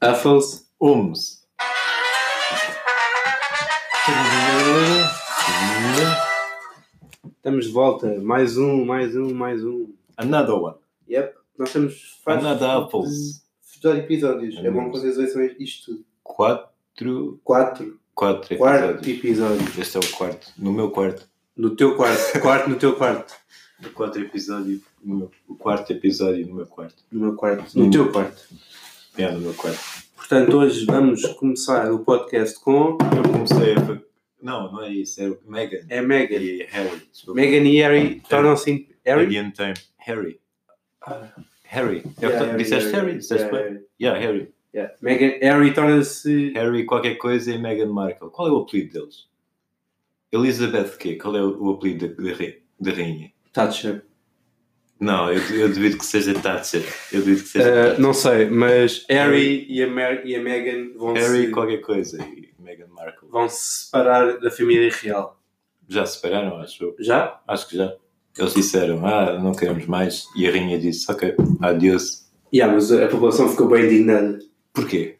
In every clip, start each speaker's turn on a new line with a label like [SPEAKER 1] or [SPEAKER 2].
[SPEAKER 1] Huffles Ums.
[SPEAKER 2] Estamos de volta. Mais um, mais um, mais um.
[SPEAKER 1] Another one.
[SPEAKER 2] Yep. Nós temos
[SPEAKER 1] Another Apples.
[SPEAKER 2] Futuro episódios. É bom que vocês ouçam isto tudo.
[SPEAKER 1] Quatro.
[SPEAKER 2] Quatro.
[SPEAKER 1] Quatro
[SPEAKER 2] Quarto
[SPEAKER 1] episódios.
[SPEAKER 2] episódio.
[SPEAKER 1] Este é o quarto. No meu quarto.
[SPEAKER 2] No teu quarto. Quarto no teu quarto.
[SPEAKER 1] O quarto episódio. no meu- O quarto episódio no meu quarto.
[SPEAKER 2] No meu quarto. No teu quarto.
[SPEAKER 1] É, no meu quarto.
[SPEAKER 2] Portanto, hoje vamos começar o podcast com
[SPEAKER 1] Eu comecei a. fa- Não, não é isso. É o Megan.
[SPEAKER 2] a Megan.
[SPEAKER 1] E Harry. desculpa.
[SPEAKER 2] Megan e Harry tornam-se... in- Harry?
[SPEAKER 1] Again time. Harry.
[SPEAKER 2] Ah.
[SPEAKER 1] Harry. É
[SPEAKER 2] Yeah,
[SPEAKER 1] Eu- disseste Harry? Disseste
[SPEAKER 2] yeah,
[SPEAKER 1] bem? Yeah, Harry.
[SPEAKER 2] yeah. Meghan- Harry torna-se...
[SPEAKER 1] Harry qualquer coisa e Meghan Markle. Qual é o apelido deles? Elizabeth quê? Qual é o o apelido da- da rei- da rainha?
[SPEAKER 2] Thatcher.
[SPEAKER 1] Não, eu, eu duvido que seja Thatcher. Eu duvido que seja
[SPEAKER 2] Ah,
[SPEAKER 1] Thatcher.
[SPEAKER 2] não sei, mas Harry e a, Mer e a Meghan vão
[SPEAKER 1] Harry
[SPEAKER 2] se...
[SPEAKER 1] qualquer coisa e Meghan Markle.
[SPEAKER 2] vão se separar da família real.
[SPEAKER 1] Já se separaram, acho eu.
[SPEAKER 2] Já?
[SPEAKER 1] Acho que já. Eles disseram, ah, não queremos mais. E a rainha disse, ok, adeus.
[SPEAKER 2] Yeah, mas a população ficou bem indignada.
[SPEAKER 1] Porquê?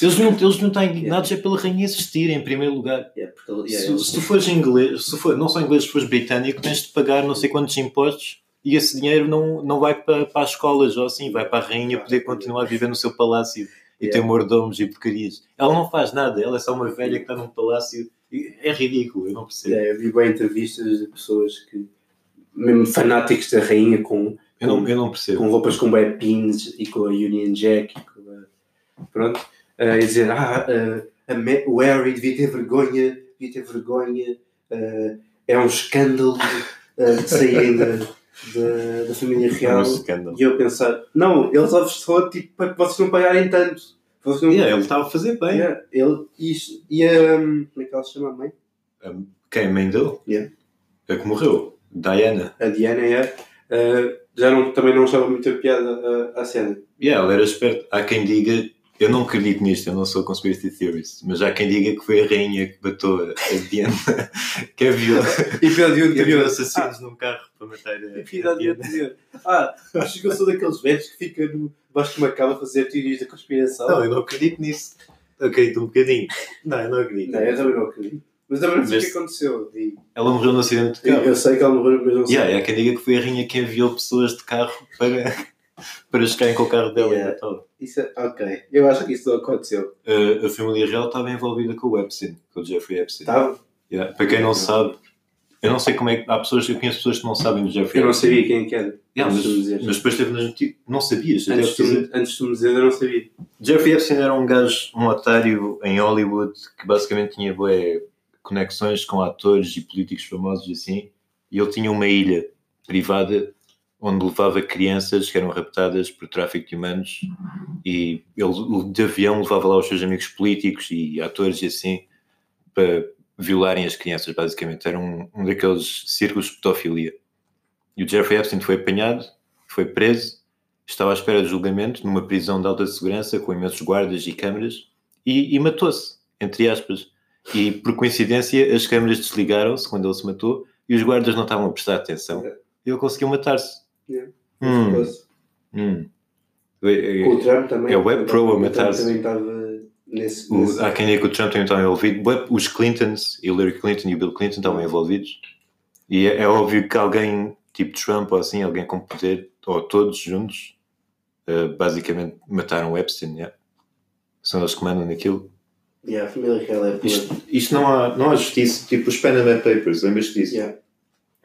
[SPEAKER 1] Eles não, eles não estão indignados é pela rainha existir, em primeiro lugar.
[SPEAKER 2] Yeah, porque ele- yeah,
[SPEAKER 1] Se, se tu fores inglês, se for, não só inglês, se fores britânico, tens de pagar não sei quantos impostos e esse dinheiro não, não vai para, para as escolas ou assim, vai para a rainha poder continuar a viver no seu palácio e
[SPEAKER 2] Yeah.
[SPEAKER 1] ter mordomos e porcarias. Ela não faz nada, ela é só uma velha que está num palácio. e É ridículo, eu não percebo.
[SPEAKER 2] Yeah, eu vi bem entrevistas de pessoas que, mesmo fanáticos da rainha, com,
[SPEAKER 1] Eu, não, eu não percebo.
[SPEAKER 2] com roupas com bad pins e com a Union Jack. E com a- pronto, eh, e dizer: Ah, eh, a Ma- o Harry devia ter vergonha, devia ter vergonha, eh, é um escândalo eh, de saírem da, da, da família
[SPEAKER 1] É um
[SPEAKER 2] real.
[SPEAKER 1] escândalo.
[SPEAKER 2] E eu pensar: Não, ele só vos soa, tipo para que vocês não pagarem tanto. Vocês não-
[SPEAKER 1] Yeah, ele estava a fazer bem.
[SPEAKER 2] Yeah, ele, isto, e a. Como é que ela se chama a mãe?
[SPEAKER 1] Quem? A mãe dele?
[SPEAKER 2] Yeah.
[SPEAKER 1] A que morreu? Diana.
[SPEAKER 2] A Diana, é. eh, já não, também não achava muito a piada eh, a, a cena.
[SPEAKER 1] Yeah, ela era esperta. Há quem diga, eu não acredito nisto, eu não sou conspiracy theorist, mas há quem diga que foi a rainha que matou a a Diana, que aviou,
[SPEAKER 2] E pelo de
[SPEAKER 1] que aviou assassinos num carro para matar a,
[SPEAKER 2] E fiz a
[SPEAKER 1] a Diana.
[SPEAKER 2] dizer, ah, acho que eu sou daqueles velhos que fica no, debaixo de uma cama a fazer teorias da conspiração.
[SPEAKER 1] Não, eu não acredito nisso. Acredito um bocadinho. Não, eu não acredito.
[SPEAKER 2] Não, eu também não acredito. Mas também não sei o
[SPEAKER 1] Mas-
[SPEAKER 2] que aconteceu. E-
[SPEAKER 1] Ela morreu num acidente de
[SPEAKER 2] Eu,
[SPEAKER 1] carro.
[SPEAKER 2] eu sei que ela morreu, mas não sei.
[SPEAKER 1] Yeah, e há quem diga que foi a rainha que enviou pessoas de carro para, para chegarem com o carro dela
[SPEAKER 2] Yeah.
[SPEAKER 1] e matá-la.
[SPEAKER 2] Isso é- ok, eu acho que isso não aconteceu.
[SPEAKER 1] A, a família real estava envolvida com o Epstein, com o Jeffrey Epstein.
[SPEAKER 2] Tá?
[SPEAKER 1] Yeah, Para quem não sabe, eu não sei como é que. Há pessoas, eu conheço pessoas que não sabem do Jeffrey
[SPEAKER 2] Eu não
[SPEAKER 1] Epstein.
[SPEAKER 2] sabia quem que era.
[SPEAKER 1] Yeah, mas,
[SPEAKER 2] Antes de me dizer.
[SPEAKER 1] mas depois teve nas notícias. Não sabias. até
[SPEAKER 2] Antes de,
[SPEAKER 1] pessoas-
[SPEAKER 2] me- antes de me dizer, eu não sabia.
[SPEAKER 1] Jeffrey Epstein era um gajo, um otário em Hollywood que basicamente tinha bué conexões com atores e políticos famosos e assim. E ele tinha uma ilha privada onde levava crianças que eram raptadas por tráfico de humanos e ele de avião levava lá os seus amigos políticos e atores e assim para violarem as crianças, basicamente. Era um, um daqueles círculos de pedofilia. E o Jeffrey Epstein foi apanhado, foi preso estava à espera de julgamento numa prisão de alta segurança com imensos guardas e câmaras e, e matou-se, entre aspas. E por coincidência, as câmaras desligaram-se quando ele se matou e os guardas não estavam a prestar atenção.
[SPEAKER 2] Yeah.
[SPEAKER 1] Ele conseguiu matar-se.
[SPEAKER 2] Yeah.
[SPEAKER 1] Hum,
[SPEAKER 2] Fosse.
[SPEAKER 1] hum.
[SPEAKER 2] Com o Trump também.
[SPEAKER 1] É o Web Pro a
[SPEAKER 2] O Trump
[SPEAKER 1] matar-se.
[SPEAKER 2] também estava nesse.
[SPEAKER 1] O-
[SPEAKER 2] nesse-
[SPEAKER 1] há quem diga que o Trump também estava envolvido. Bué, Os Clintons, Hillary Clinton e o Bill Clinton estavam envolvidos. E é, é óbvio que alguém tipo Trump ou assim, alguém com poder, ou todos juntos, eh, basicamente mataram o Epstein. yeah. São eles que mandam naquilo.
[SPEAKER 2] Yeah, a família real é pura.
[SPEAKER 1] Isto, isto não, há, não há justiça. Tipo os Panama Papers, lembras-te disso?
[SPEAKER 2] Yeah.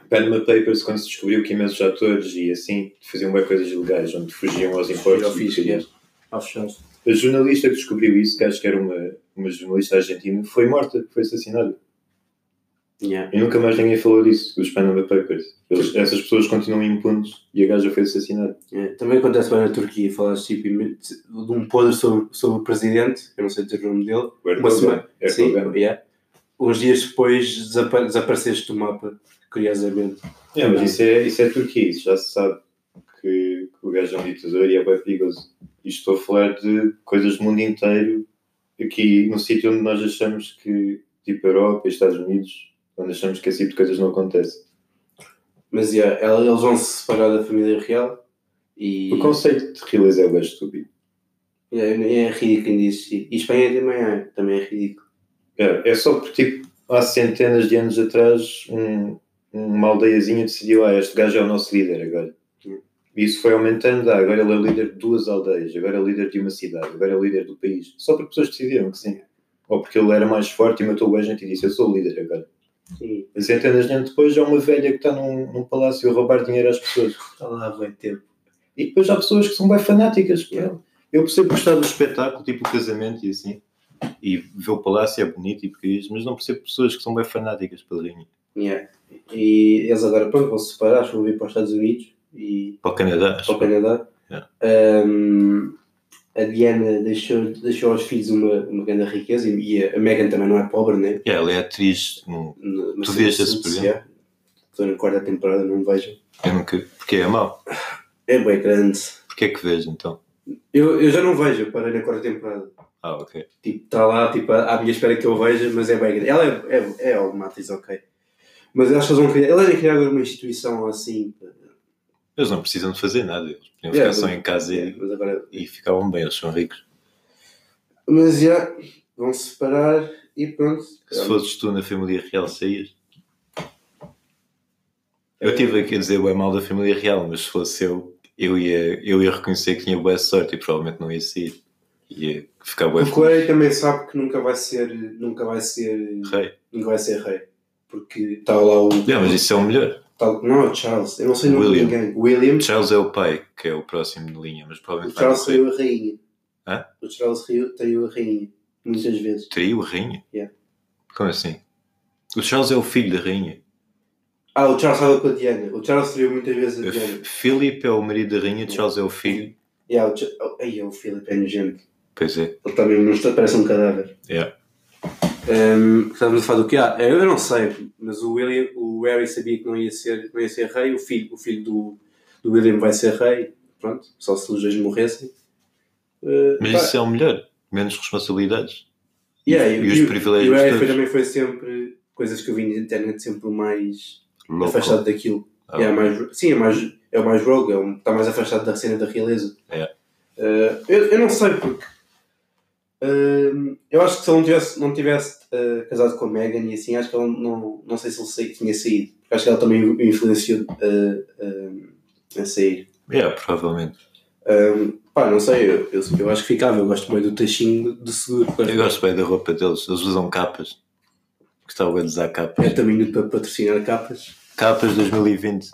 [SPEAKER 1] Panama Papers, quando se descobriu que imensos atores e assim faziam bem coisas ilegais, onde fugiam aos
[SPEAKER 2] Fugiam ao
[SPEAKER 1] impostos. e
[SPEAKER 2] fisco,
[SPEAKER 1] porcarias.
[SPEAKER 2] Ao fechados.
[SPEAKER 1] A jornalista que descobriu isso, que acho que era uma, uma jornalista argentina, foi morta, foi assassinada.
[SPEAKER 2] Yeah.
[SPEAKER 1] E nunca mais ninguém falou disso, dos Panama Papers. Eles- essas pessoas continuam impunes e a gaja foi assassinada.
[SPEAKER 2] É, também acontece bem na Turquia, falaste tipo, ime- de um podre sobre, sobre o presidente, eu não sei dizer o nome dele,
[SPEAKER 1] O
[SPEAKER 2] Uma semana.
[SPEAKER 1] é Erdogan.
[SPEAKER 2] sim,
[SPEAKER 1] Erdogan.
[SPEAKER 2] yeah. uns dias depois desapa desapareceste do mapa, curiosamente.
[SPEAKER 1] É, mas isso é, isso é Turquia, isso já se sabe que, que o gajo é um ditador e é bem perigoso. E estou a falar de coisas do mundo inteiro, aqui no sítio onde nós achamos que, tipo Europa, Estados Unidos, onde achamos que esse tipo de coisas não acontecem.
[SPEAKER 2] Mas yeah, ela- eles vão se separar da família real e.
[SPEAKER 1] O conceito de realeza é bem estúpido.
[SPEAKER 2] É, é ridículo isso. E Espanha também é, também é ridículo.
[SPEAKER 1] É, é só porque, tipo, há centenas de anos atrás, um, uma aldeiazinha decidiu: ah, este gajo é o nosso líder agora.
[SPEAKER 2] Sim.
[SPEAKER 1] E isso foi aumentando. Ah, agora ele é o líder de duas aldeias, agora é o líder de uma cidade, agora é o líder do país. Só porque pessoas decidiram que sim. Ou porque ele era mais forte e matou o gente e disse: eu sou o líder agora.
[SPEAKER 2] Sim,
[SPEAKER 1] E Centenas de anos depois, é uma velha que está num, num palácio a roubar dinheiro às pessoas.
[SPEAKER 2] está lá há bem tempo.
[SPEAKER 1] E depois há pessoas que são bem fanáticas. pá. Eu percebo gostar do espetáculo, tipo o casamento e assim. E ver o palácio é bonito e porque mas não percebo pessoas que são bem fanáticas, padrinho.
[SPEAKER 2] Yeah. E eles agora, pronto, vão se separar, acho que vão vir para os Estados Unidos e
[SPEAKER 1] Para o Canadá, acho.
[SPEAKER 2] para o Canadá.
[SPEAKER 1] Yeah.
[SPEAKER 2] Um, a Diana deixou, deixou aos filhos uma, uma grande riqueza e, e a Megan também não é pobre, né?
[SPEAKER 1] É, ela é atriz. não-
[SPEAKER 2] No- mas
[SPEAKER 1] Tu vês esse
[SPEAKER 2] se- se-
[SPEAKER 1] programa?
[SPEAKER 2] é. Estou na quarta temporada, não vejo.
[SPEAKER 1] Eu nunca... Porque é mau.
[SPEAKER 2] É bem grande.
[SPEAKER 1] Porque é que vejo então?
[SPEAKER 2] Eu, eu já não vejo, eu parei na quarta temporada.
[SPEAKER 1] Ah, ok.
[SPEAKER 2] Tipo, está lá, tipo, à à minha espera que eu veja, mas é bem grande. Ela é, é, é alguma atriz, ok. Mas eu acho que eles vão criar. Ela ia criar agora uma instituição assim.
[SPEAKER 1] Eles não precisam de fazer nada. Eles podiam
[SPEAKER 2] Yeah,
[SPEAKER 1] ficar só
[SPEAKER 2] mas-
[SPEAKER 1] em casa e-
[SPEAKER 2] Mas agora
[SPEAKER 1] e, ficavam bem, eles são ricos.
[SPEAKER 2] Mas já, vão se separar e pronto.
[SPEAKER 1] Se fosses tu na família real, saías. Eu tive aqui a dizer o é mal da família real, mas se fosse eu, eu ia, eu ia reconhecer que tinha boa sorte e provavelmente não ia sair. Ia ficar um bué
[SPEAKER 2] O
[SPEAKER 1] feliz.
[SPEAKER 2] Corey também sabe que nunca vai ser, nunca vai ser,
[SPEAKER 1] Rei.
[SPEAKER 2] nunca vai ser rei. Porque está lá o.
[SPEAKER 1] Não, mas isso é o melhor.
[SPEAKER 2] tá- não, o Charles. Eu não sei o nome de
[SPEAKER 1] William.
[SPEAKER 2] ninguém. William.
[SPEAKER 1] Charles é o pai, que é o próximo de linha, mas
[SPEAKER 2] O
[SPEAKER 1] provavelmente vai
[SPEAKER 2] Charles é
[SPEAKER 1] morrer.
[SPEAKER 2] traiu a rainha.
[SPEAKER 1] Hã?
[SPEAKER 2] O Charles Rio traiu a rainha. Muitas vezes.
[SPEAKER 1] Traiu a rainha?
[SPEAKER 2] Yeah.
[SPEAKER 1] Como assim? O Charles é o filho da rainha.
[SPEAKER 2] Ah, o Charles estava com a Diana. O Charles traiu muitas vezes a Diana.
[SPEAKER 1] F- Philip é o marido da rainha, Charles é o filho.
[SPEAKER 2] Yeah, o Ch oh, ai, o Philip é nojento.
[SPEAKER 1] Pois é.
[SPEAKER 2] Ele também não está, parece um cadáver.
[SPEAKER 1] Yeah.
[SPEAKER 2] Ehm, estávamos a falar do que há. Eu não sei, mas o William, o Harry sabia que não ia ser, não ia ser rei. O filho, o filho do, do William vai ser rei. Pronto, só se os dois morressem. Eh,
[SPEAKER 1] Mas
[SPEAKER 2] pá,
[SPEAKER 1] isso é o melhor. Menos responsabilidades.
[SPEAKER 2] yeah,
[SPEAKER 1] e os
[SPEAKER 2] E
[SPEAKER 1] privilégios
[SPEAKER 2] o Harry foi,
[SPEAKER 1] todos.
[SPEAKER 2] também foi sempre coisas que eu vi na internet sempre o mais
[SPEAKER 1] Louco.
[SPEAKER 2] afastado daquilo.
[SPEAKER 1] Ah.
[SPEAKER 2] É a mais, sim, é, mais, é o mais rogue, é o- está mais afastado da cena da realeza.
[SPEAKER 1] É.
[SPEAKER 2] Eh, eu, eu não sei porque. eh, eu acho que se ele não tivesse, não tivesse eh, casado com a Megan e assim, acho que ele não, não sei se ele sei, tinha saído. Porque acho que ela também o influenciou eh, eh, a sair.
[SPEAKER 1] É, provavelmente.
[SPEAKER 2] Eh, pá, não sei, eu, eu, eu acho que ficava. Eu gosto muito do teixinho do seguro.
[SPEAKER 1] Eu gosto bem da roupa deles. Eles usam capas. Gostava de usar capas.
[SPEAKER 2] É também muito para patrocinar capas.
[SPEAKER 1] Capas 2020.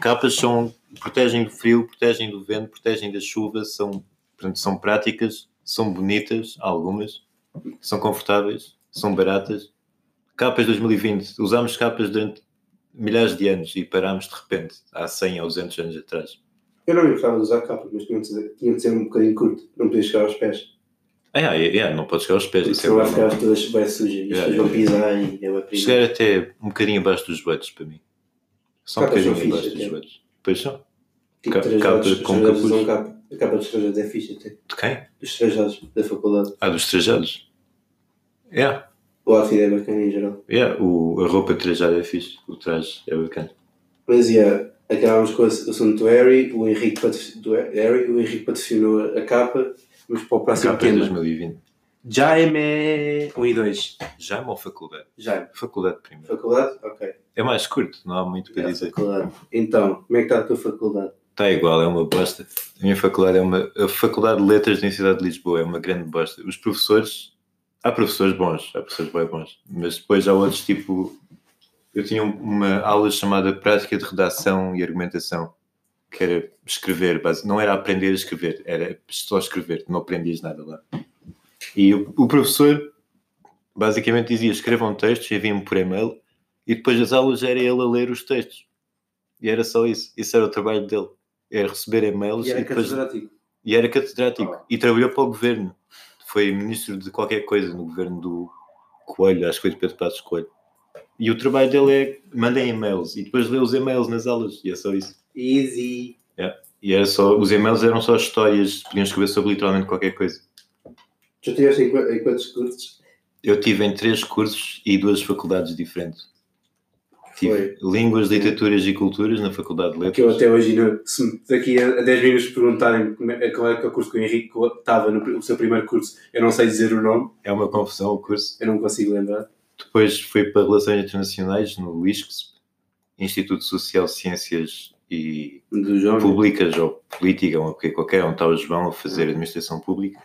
[SPEAKER 1] Capas são protegem do frio, protegem do vento, protegem da chuva, são, portanto, são práticas, são bonitas, algumas, são confortáveis, são baratas. Capas 2020. Usámos capas durante milhares de anos e parámos de repente, há 100 ou 200 anos atrás.
[SPEAKER 2] Eu não me gostava de usar capas, mas tinha de ser, tinha de ser um bocadinho curto, não podia chegar aos pés.
[SPEAKER 1] Ah, é, é, é, não podes chegar aos pés.
[SPEAKER 2] Porque
[SPEAKER 1] Isso é
[SPEAKER 2] senão vai
[SPEAKER 1] bom.
[SPEAKER 2] ficar todas bem sujas e as
[SPEAKER 1] É,
[SPEAKER 2] pessoas vão pisar e é uma perigo.
[SPEAKER 1] Chegar até um bocadinho abaixo dos joelhos para mim. Só um
[SPEAKER 2] Capas são
[SPEAKER 1] bocadinho
[SPEAKER 2] fixe,
[SPEAKER 1] abaixo dos
[SPEAKER 2] até.
[SPEAKER 1] joelhos. Pois são.
[SPEAKER 2] Tipo,
[SPEAKER 1] Ca-
[SPEAKER 2] três
[SPEAKER 1] capa
[SPEAKER 2] dados,
[SPEAKER 1] com
[SPEAKER 2] com capuz.
[SPEAKER 1] capuz.
[SPEAKER 2] Usam capa, a capa dos três dados é fixe até.
[SPEAKER 1] De quem?
[SPEAKER 2] Dos três dados da faculdade.
[SPEAKER 1] Ah, dos trajados. É.
[SPEAKER 2] O outfit é bacana em geral.
[SPEAKER 1] Yeah, o, a roupa trajada é fixe, o traje é bacana.
[SPEAKER 2] Mas, yeah, acabámos com o ass- o assunto do Harry. O Henrique, patro- do Harry, o Henrique patrocinou a capa. Mas para o
[SPEAKER 1] A
[SPEAKER 2] próximo
[SPEAKER 1] capa é
[SPEAKER 2] tema.
[SPEAKER 1] 2020.
[SPEAKER 2] Jaime 1 e 2.
[SPEAKER 1] Já é uma faculdade.
[SPEAKER 2] Jaime.
[SPEAKER 1] Faculdade primeiro.
[SPEAKER 2] Faculdade? Ok.
[SPEAKER 1] É mais curto, não há muito para
[SPEAKER 2] Yeah,
[SPEAKER 1] dizer.
[SPEAKER 2] faculdade. Então, como é que está a tua faculdade?
[SPEAKER 1] Está igual, é uma bosta. A minha faculdade é uma. A Faculdade de Letras da Universidade de Lisboa é uma grande bosta. Os professores. Há professores bons, há professores bem bons. Mas depois há outros tipo. Eu tinha um- uma aula chamada Prática de Redação e Argumentação, que era escrever, base- não era aprender a escrever, era só escrever, não aprendias nada lá. E o, o professor basicamente dizia: escrevam textos, enviem-me por e-mail, e depois das aulas era ele a ler os textos. E era só isso, isso era o trabalho dele. Era receber e-mails
[SPEAKER 2] E
[SPEAKER 1] e,
[SPEAKER 2] era
[SPEAKER 1] depois
[SPEAKER 2] catedrático.
[SPEAKER 1] e era catedrático.
[SPEAKER 2] Ah.
[SPEAKER 1] E trabalhou para o governo. Foi ministro de qualquer coisa no governo do Coelho, acho que foi de Pedro Passos Coelho. E o trabalho dele é mandem e-mails e depois lê os e-mails nas aulas. E é só isso.
[SPEAKER 2] Easy.
[SPEAKER 1] E era só, os e-mails eram só histórias, podiam escrever sobre literalmente qualquer coisa.
[SPEAKER 2] Já tiveste em qua- em quantos cursos?
[SPEAKER 1] Eu tive em três cursos e duas faculdades diferentes. Tive Línguas, Literaturas e Culturas na Faculdade de
[SPEAKER 2] Que eu
[SPEAKER 1] Letras.
[SPEAKER 2] até hoje, não- se me daqui a a 10 minutos perguntarem como é- qual era o curso que o Henrique estava no pr- o seu primeiro curso, eu não sei dizer o nome,
[SPEAKER 1] É uma confusão o curso.
[SPEAKER 2] eu não consigo lembrar.
[SPEAKER 1] Depois fui para Relações Internacionais no ISCSP, Instituto Social de Ciências e
[SPEAKER 2] Do jovem.
[SPEAKER 1] Públicas ou Política, ou o que é qualquer, onde está o João a fazer Administração Pública.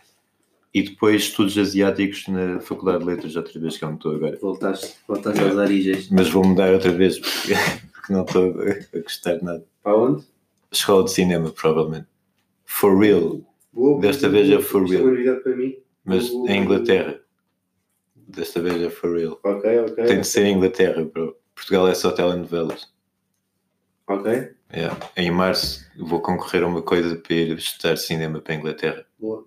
[SPEAKER 1] E depois Estudos Asiáticos na Faculdade de Letras, outra vez que é onde estou agora.
[SPEAKER 2] Voltaste, voltaste às origens.
[SPEAKER 1] Mas vou mudar outra vez porque, porque não estou a gostar de nada.
[SPEAKER 2] Para onde?
[SPEAKER 1] Escola de Cinema, provavelmente. For real,
[SPEAKER 2] Boa,
[SPEAKER 1] Desta vez é for
[SPEAKER 2] Isto é
[SPEAKER 1] real.
[SPEAKER 2] uma novidade para mim.
[SPEAKER 1] mas em Inglaterra. Desta vez é for real.
[SPEAKER 2] Ok, ok.
[SPEAKER 1] Tem de ser em Inglaterra, bro. Portugal é só telenovelas.
[SPEAKER 2] Ok,
[SPEAKER 1] É, Em março vou concorrer a uma coisa para ir estudar cinema para a Inglaterra.
[SPEAKER 2] boa.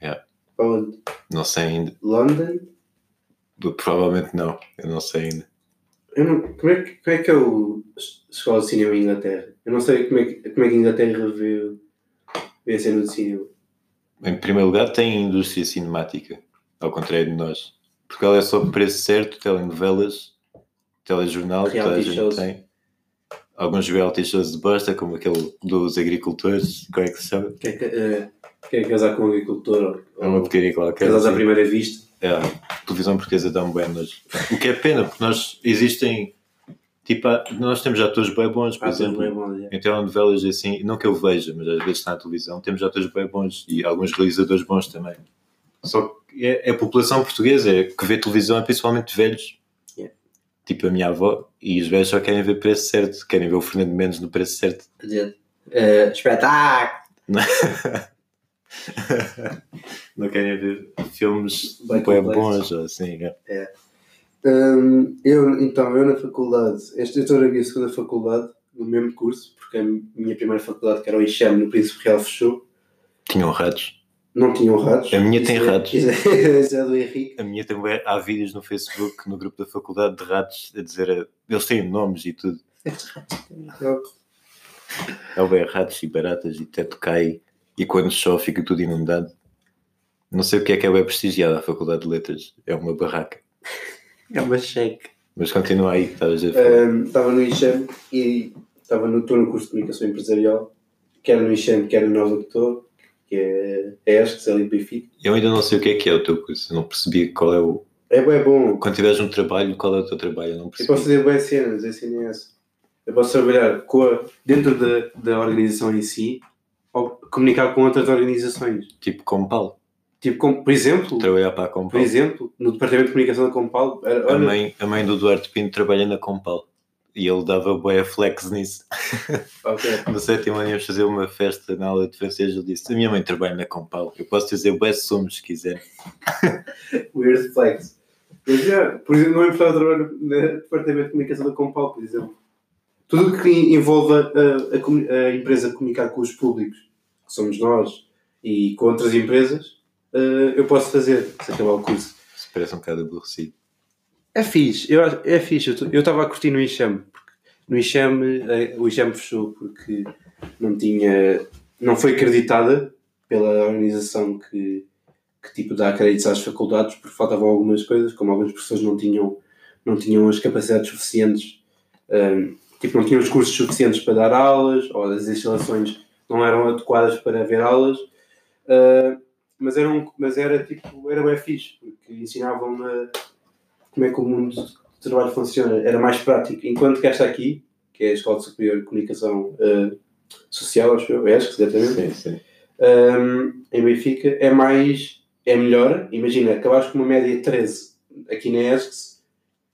[SPEAKER 1] Yeah.
[SPEAKER 2] Para onde?
[SPEAKER 1] Não sei ainda.
[SPEAKER 2] London?
[SPEAKER 1] Provavelmente não. Eu não sei ainda.
[SPEAKER 2] Eu não, como, é que, como é que é o es- escola de cinema em Inglaterra? Eu não sei como é que, como é que a Inglaterra vê, o- vê a cena do cinema.
[SPEAKER 1] Em primeiro lugar tem a indústria cinemática. Ao contrário de nós. Portugal é só preço certo, telenovelas, telejornal, que toda a
[SPEAKER 2] Reality
[SPEAKER 1] gente
[SPEAKER 2] shows.
[SPEAKER 1] tem. Alguns reality shows de bosta, como aquele dos agricultores, como é que se chama?
[SPEAKER 2] Quer, ca- eh, quer casar com um agricultor ou,
[SPEAKER 1] É uma
[SPEAKER 2] ou
[SPEAKER 1] porcaria qualquer.
[SPEAKER 2] casados à
[SPEAKER 1] assim.
[SPEAKER 2] primeira vista?
[SPEAKER 1] É, a televisão portuguesa dá um bem, mas o que é pena, porque nós existem, tipo, há- nós temos atores bem bons, por
[SPEAKER 2] Ah,
[SPEAKER 1] exemplo,
[SPEAKER 2] tudo bem, bom, é.
[SPEAKER 1] em telenovelas e assim, não que eu veja, mas às vezes está na televisão, temos atores bem bons e alguns realizadores bons também. Só que é, é a população portuguesa é que vê televisão é principalmente velhos.
[SPEAKER 2] Yeah.
[SPEAKER 1] Tipo a minha avó, e os velhos só querem ver preço certo, querem ver o Fernando Mendes no preço certo.
[SPEAKER 2] Quer dizer, eh, espetáculo!
[SPEAKER 1] Não querem ver filmes
[SPEAKER 2] Bem
[SPEAKER 1] bem,
[SPEAKER 2] complexos.
[SPEAKER 1] bons, ou assim. é.
[SPEAKER 2] Hum, eu, então, eu na faculdade, esta eu estou na minha segunda faculdade, no mesmo curso, porque a minha primeira faculdade, que era o Ixame, no Príncipe Real, fechou.
[SPEAKER 1] Tinham ratos.
[SPEAKER 2] Não tinham ratos.
[SPEAKER 1] A minha tem
[SPEAKER 2] Isso é-
[SPEAKER 1] ratos.
[SPEAKER 2] Isso é, isso é do Henrique.
[SPEAKER 1] A minha também, há vídeos no Facebook, no grupo da faculdade de ratos, a dizer, eh, eles têm nomes e tudo. Há É bem ratos e baratas e teto cai e quando chove fica tudo inundado. Não sei o que é que é bem prestigiada a Faculdade de Letras. É uma barraca.
[SPEAKER 2] É uma cheque.
[SPEAKER 1] Mas continua aí, estavas a falar.
[SPEAKER 2] Estava Hum, no Ixame e estava no, estou no curso de comunicação empresarial, quer no Ixame, quer no Nova que estou, que é é ESC, ali de Benfica.
[SPEAKER 1] Eu ainda não sei o que é que é o teu curso. Eu não percebi qual é o...
[SPEAKER 2] É bem bom.
[SPEAKER 1] Quando tiveres um trabalho, qual é o teu trabalho? Eu não
[SPEAKER 2] Eu
[SPEAKER 1] percebi.
[SPEAKER 2] posso fazer boas cenas, a cena é essa. Eu posso trabalhar com a- dentro da, da organização em si ou comunicar com outras organizações.
[SPEAKER 1] Tipo Compal.
[SPEAKER 2] Tipo, como, por exemplo,
[SPEAKER 1] Trabalhar para a
[SPEAKER 2] por
[SPEAKER 1] Compal.
[SPEAKER 2] exemplo, no departamento de comunicação da Compal, era-
[SPEAKER 1] A
[SPEAKER 2] olha,
[SPEAKER 1] mãe, a mãe do Duarte Pinto trabalha na Compal. E ele dava boia flex nisso.
[SPEAKER 2] ok,
[SPEAKER 1] No sétimo ano íamos fazer uma festa na aula de francês. Ele disse, a minha mãe trabalha na Compal. Eu posso dizer boé sumos se quiser.
[SPEAKER 2] weird flex. Mas, já, por exemplo, não é precisava trabalhar no departamento de comunicação da Compal, por exemplo. Tudo o que envolva a, a comu- a empresa comunicar com os públicos, que somos nós, e com outras empresas, eh, eu posso fazer, se acabar o curso.
[SPEAKER 1] Isso parece um bocado aborrecido.
[SPEAKER 2] É fixe, eu, acho- é fixe. eu tô- Eu estava a curtir no Enxame, porque no Enxame, eh, o Enxame fechou porque não tinha. não foi acreditada pela organização que, que tipo dá créditos às faculdades, porque faltavam algumas coisas, como algumas pessoas não tinham, não tinham as capacidades suficientes, ehm, tipo, não tinham os cursos suficientes para dar aulas, ou as instalações não eram adequadas para haver aulas. eh, mas, era um- mas era tipo, era bem fixe, porque ensinavam a como é que o mundo do trabalho funciona, era mais prático. Enquanto que esta aqui, que é a Escola Superior de Comunicação eh, Social, acho eu, ESC, exatamente,
[SPEAKER 1] Sim, sim.
[SPEAKER 2] um, em Benfica, é mais, é melhor. Imagina, acabares com uma média de 13 aqui na ESCS,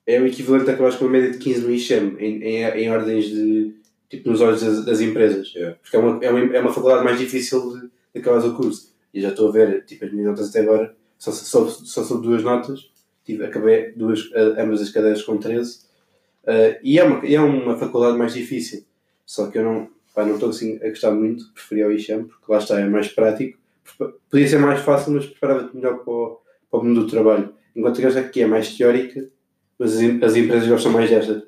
[SPEAKER 2] é o equivalente a acabares com uma média de 15 no ICHEM, em, em, em ordens de, tipo, nos olhos das, das empresas.
[SPEAKER 1] É.
[SPEAKER 2] Porque é uma, é, uma, é uma faculdade mais difícil de, de acabares o curso. E já estou a ver, tipo, as minhas notas até agora só, só, só são duas notas. Tive, acabei duas, a- ambas as cadeiras com 13. Ah, e é uma, e é uma faculdade mais difícil. Só que eu não, pá, não estou assim a gostar muito, preferia o Ixam, porque lá está, é mais prático. Prepa- Podia ser mais fácil, mas preparava-te melhor para o, para o mundo do trabalho. Enquanto que esta aqui é mais teórica, mas as, em- as empresas gostam mais desta,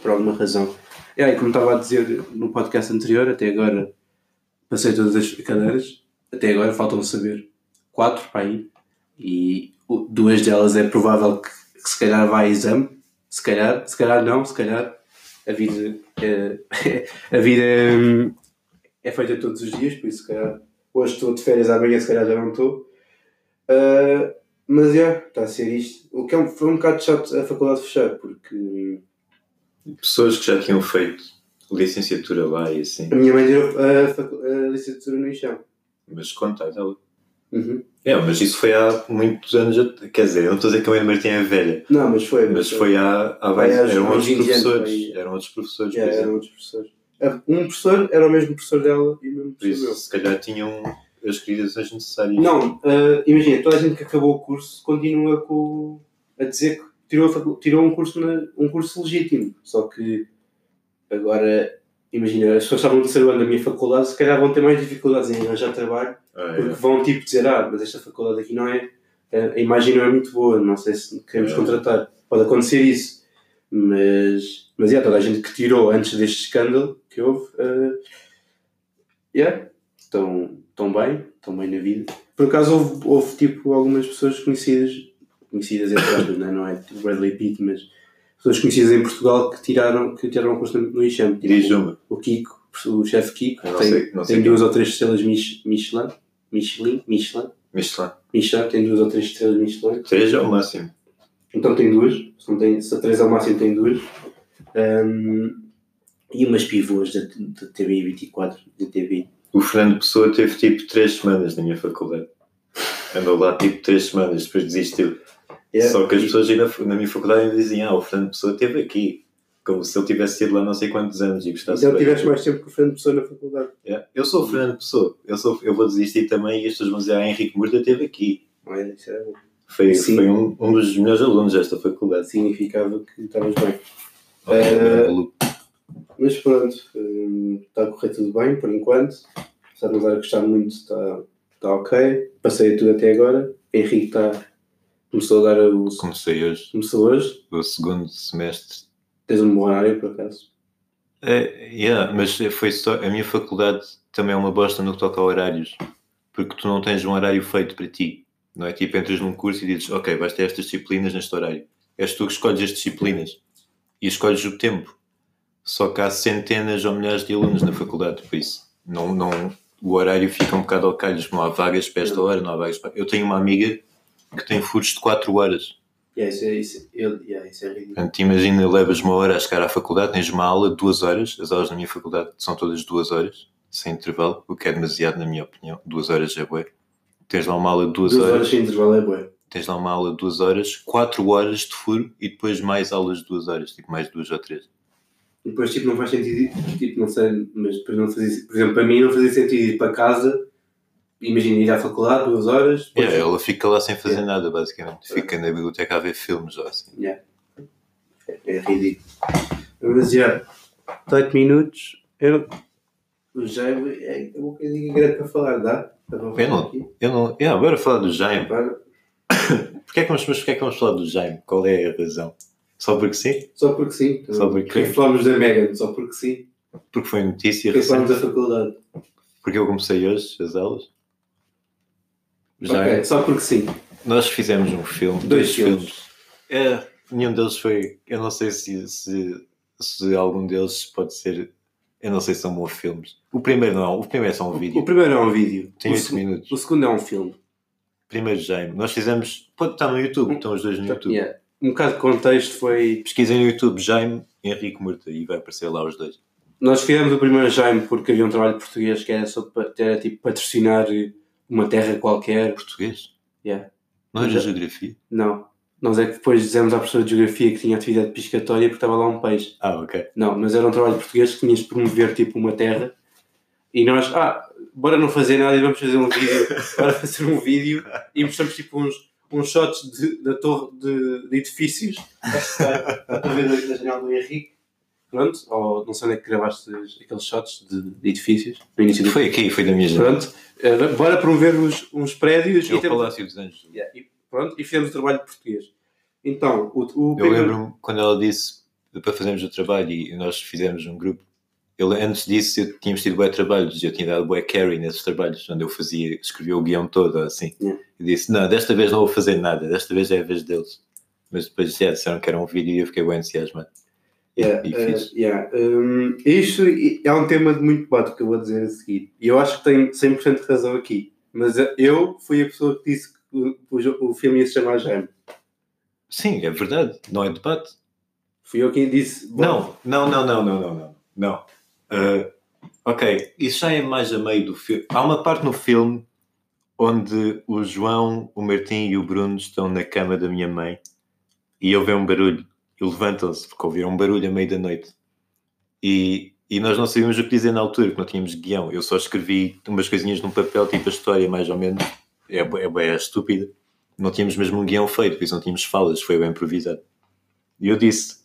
[SPEAKER 2] por alguma razão. E aí, como estava a dizer no podcast anterior, até agora passei todas as cadeiras, até agora faltam saber quatro para aí, e o- duas delas é provável que, que se calhar vá a exame, se calhar, se calhar não, se calhar a vida, eh, a vida hum, é feita todos os dias, por isso, se calhar, hoje estou de férias, amanhã, se calhar, já não estou. Ah, mas, já, está a ser isto. O que é um- foi um bocado chato a faculdade fechar, porque hum,
[SPEAKER 1] Pessoas que já tinham feito licenciatura lá e assim,
[SPEAKER 2] eh, a minha mãe deu a, facu- a licenciatura no Ixão.
[SPEAKER 1] mas contato ela.
[SPEAKER 2] Uhum.
[SPEAKER 1] É, mas isso foi há muitos anos, at- quer dizer, eu não estou a dizer que a Maria Martim é velha,
[SPEAKER 2] Não, mas foi.
[SPEAKER 1] mas foi há, há vários,
[SPEAKER 2] Aliás,
[SPEAKER 1] eram
[SPEAKER 2] há
[SPEAKER 1] outros
[SPEAKER 2] 20 anos,
[SPEAKER 1] professores,
[SPEAKER 2] foi-
[SPEAKER 1] eram outros um professores,
[SPEAKER 2] Já,
[SPEAKER 1] por exemplo.
[SPEAKER 2] eram outros professores. Ah, Um professor era o mesmo professor dela e o mesmo
[SPEAKER 1] Por
[SPEAKER 2] professor
[SPEAKER 1] isso,
[SPEAKER 2] meu.
[SPEAKER 1] se calhar tinham as criações necessárias.
[SPEAKER 2] Não, ah, imagina, toda a gente que acabou o curso continua com, a dizer que tirou, a facu- tirou um, curso na- um curso legítimo. Só que agora, imagina, as pessoas que estavam no terceiro ano da minha faculdade se calhar vão ter mais dificuldades em arranjar trabalho
[SPEAKER 1] Ah,
[SPEAKER 2] porque
[SPEAKER 1] é.
[SPEAKER 2] vão tipo dizer, ah, mas esta faculdade aqui não é, a imagem não é muito boa, não sei se queremos
[SPEAKER 1] É.
[SPEAKER 2] contratar. Pode acontecer isso. Mas, mas yeah, toda a gente que tirou antes deste escândalo que houve, ah, yeah, estão, estão bem, estão bem na vida. Por acaso houve, houve, tipo algumas pessoas conhecidas, conhecidas entre aspas, né? não é tipo Bradley Pitt, mas pessoas conhecidas em Portugal que tiraram, que tiraram o curso no Ixam. Tipo,
[SPEAKER 1] Dirige uma.
[SPEAKER 2] o Kiko, o chefe Kiko,
[SPEAKER 1] Eu não
[SPEAKER 2] tem,
[SPEAKER 1] sei- não sei
[SPEAKER 2] tem
[SPEAKER 1] quem.
[SPEAKER 2] duas ou três estrelas Mich- Michelin, Michelin, Michelin,
[SPEAKER 1] Michelin.
[SPEAKER 2] Michelin, tem duas ou três estrelas Michelin,
[SPEAKER 1] Três é o máximo.
[SPEAKER 2] então tem duas, se, não tem, se a três ao máximo tem duas, Ahm, e umas pivôs da, da TVI 24, da TV.
[SPEAKER 1] O Fernando Pessoa teve tipo três semanas na minha faculdade. Andou lá tipo três semanas, depois desistiu.
[SPEAKER 2] É,
[SPEAKER 1] Só que as pessoas aí na, na minha faculdade ainda diziam: Ah, o Fernando Pessoa esteve aqui. Como se ele tivesse sido lá não sei quantos anos e gostasse
[SPEAKER 2] Então
[SPEAKER 1] bem.
[SPEAKER 2] tiveste mais tempo que o Fernando Pessoa na faculdade.
[SPEAKER 1] É. Eu sou o Fernando Pessoa. Eu, sou, eu vou desistir também e as pessoas vão dizer: Ah, Henrique Murta esteve aqui.
[SPEAKER 2] Olha, isso era bom.
[SPEAKER 1] Foi,
[SPEAKER 2] Sim.
[SPEAKER 1] foi um, um dos melhores alunos desta faculdade.
[SPEAKER 2] Significava que estavas bem. Eh,
[SPEAKER 1] Ok, é maluco.
[SPEAKER 2] Mas pronto, hum, está a correr tudo bem por enquanto. Apesar de não estar a gostar muito, está, está ok. Passei tudo até agora. Henrique está, começou a dar o.
[SPEAKER 1] Comecei hoje
[SPEAKER 2] Começou hoje.
[SPEAKER 1] o segundo semestre
[SPEAKER 2] Tens um bom horário, por acaso.
[SPEAKER 1] É, yeah, mas foi só. A minha faculdade também é uma bosta no que toca a horários, porque tu não tens um horário feito para ti. Não é tipo entras num curso e dizes, ok, vais ter estas disciplinas neste horário. És tu que escolhes as disciplinas e escolhes o tempo. Só que há centenas ou milhares de alunos na faculdade, por isso não, não, o horário fica um bocado ao calhos. Não há vagas para esta hora, não há vagas para. Eu tenho uma amiga que tem furos de 4 horas.
[SPEAKER 2] Yeah, isso, é- isso, eu, yeah, isso é ridículo.
[SPEAKER 1] Portanto, imagina, levas uma hora a chegar à faculdade, tens uma aula de duas horas, as aulas na minha faculdade são todas duas horas, sem intervalo, o que é demasiado, na minha opinião. Duas horas é bué. Tens lá uma aula de duas,
[SPEAKER 2] Duas
[SPEAKER 1] horas,
[SPEAKER 2] horas sem intervalo é bom.
[SPEAKER 1] tens lá uma aula de duas horas, quatro horas de furo e depois mais aulas de duas horas, tipo mais duas ou três.
[SPEAKER 2] E depois, tipo, não faz sentido. ir- Tipo, não sei, mas depois não fazia. Por exemplo, para mim não fazia sentido ir para casa. Imagina ir à faculdade duas horas.
[SPEAKER 1] É,
[SPEAKER 2] depois-
[SPEAKER 1] ela fica lá sem fazer
[SPEAKER 2] É.
[SPEAKER 1] nada, basicamente. Fica na biblioteca a ver filmes ou assim.
[SPEAKER 2] É ridículo. Mas já. 8 minutos. Eu. Já é é uma coisinha grande para falar, dá? Dá para
[SPEAKER 1] Eu não- Eu não. É, agora falar do Jaime.
[SPEAKER 2] Para.
[SPEAKER 1] Porquê é que vamos, mas porquê é que vamos falar do Jaime? Qual é a razão? Só porque sim?
[SPEAKER 2] Só porque sim.
[SPEAKER 1] Só porque
[SPEAKER 2] Porque falamos da Megan, só porque sim.
[SPEAKER 1] Porque foi notícia
[SPEAKER 2] Porque um falamos
[SPEAKER 1] recente?
[SPEAKER 2] da faculdade.
[SPEAKER 1] Porque eu comecei hoje as aulas. Já é.
[SPEAKER 2] Ok, só porque sim.
[SPEAKER 1] nós fizemos um filme,
[SPEAKER 2] Dois
[SPEAKER 1] dois,
[SPEAKER 2] filmes.
[SPEAKER 1] filmes. É, nenhum deles foi. Eu não sei se, se, se algum deles pode ser. Eu não sei se são bons filmes. O primeiro não, o primeiro é só um
[SPEAKER 2] O
[SPEAKER 1] vídeo.
[SPEAKER 2] primeiro é um vídeo.
[SPEAKER 1] Tem
[SPEAKER 2] o,
[SPEAKER 1] 8
[SPEAKER 2] seg-
[SPEAKER 1] minutos.
[SPEAKER 2] o segundo é um filme.
[SPEAKER 1] Primeiro Jaime. Nós fizemos. Pode estar no YouTube, estão os dois no YouTube.
[SPEAKER 2] Yeah. Um bocado de contexto foi.
[SPEAKER 1] Pesquisem no YouTube Jaime Henrique Murta e vai aparecer lá os dois.
[SPEAKER 2] Nós fizemos o primeiro Jaime porque havia um trabalho português que era só para era, tipo, patrocinar uma terra qualquer.
[SPEAKER 1] Português?
[SPEAKER 2] Yeah.
[SPEAKER 1] Não era
[SPEAKER 2] Já-
[SPEAKER 1] geografia?
[SPEAKER 2] Não. Nós é que depois dizemos à professora de geografia que tinha atividade piscatória porque estava lá um peixe.
[SPEAKER 1] Ah, ok.
[SPEAKER 2] Não, mas era um trabalho português que tinhas de promover tipo uma terra e nós, ah, bora não fazer nada e vamos fazer um vídeo, bora fazer um vídeo e mostramos tipo uns, uns shots de- da torre de, de edifícios a torre da da janela do Henrique. Pronto, ou não sei onde é que gravaste aqueles shots de, de edifícios no início do
[SPEAKER 1] Foi aqui, foi da minha janela.
[SPEAKER 2] Pronto, era, bora promover uns, uns prédios
[SPEAKER 1] É
[SPEAKER 2] e,
[SPEAKER 1] o
[SPEAKER 2] temos-
[SPEAKER 1] Palácio dos Anjos.
[SPEAKER 2] Yeah, e pronto, e fizemos o trabalho português. Então, o, o
[SPEAKER 1] Eu
[SPEAKER 2] primeiro-
[SPEAKER 1] lembro-me quando ela disse para fazermos o trabalho e nós fizemos um grupo. Eu, antes disso, eu tínhamos tido bué trabalhos, eu tinha dado bué carry nesses trabalhos, onde eu fazia, escrevia o guião todo, assim.
[SPEAKER 2] Yeah.
[SPEAKER 1] E disse, não, desta vez não vou fazer nada, desta vez é a vez deles. Mas depois já disseram que era um vídeo e eu fiquei bem entusiasmado.
[SPEAKER 2] Yeah,
[SPEAKER 1] difícil.
[SPEAKER 2] uh, yeah. Um, isto i- é um tema de muito debate que eu vou dizer a seguir. E eu acho que tenho 100% de razão aqui. Mas uh, eu fui a pessoa que disse que o, o jo- o filme ia se chamar Jaime.
[SPEAKER 1] Sim, é verdade. Não é debate.
[SPEAKER 2] Fui eu quem disse. bom,
[SPEAKER 1] Não, não, não, não, não, não, não. não. Ah, ok, isso já é mais a meio do filme. Há uma parte no filme onde o João, o Martim e o Bruno estão na cama da minha mãe e ouvem um barulho. E levantam-se porque ouviram um barulho à meia da noite. E, e nós não sabíamos o que dizer na altura, porque não tínhamos guião. Eu só escrevi umas coisinhas num papel, tipo a história, mais ou menos. É, bué- é, bué estúpida. Não tínhamos mesmo um guião feito, por isso não tínhamos falas, foi bem improvisado. E eu disse: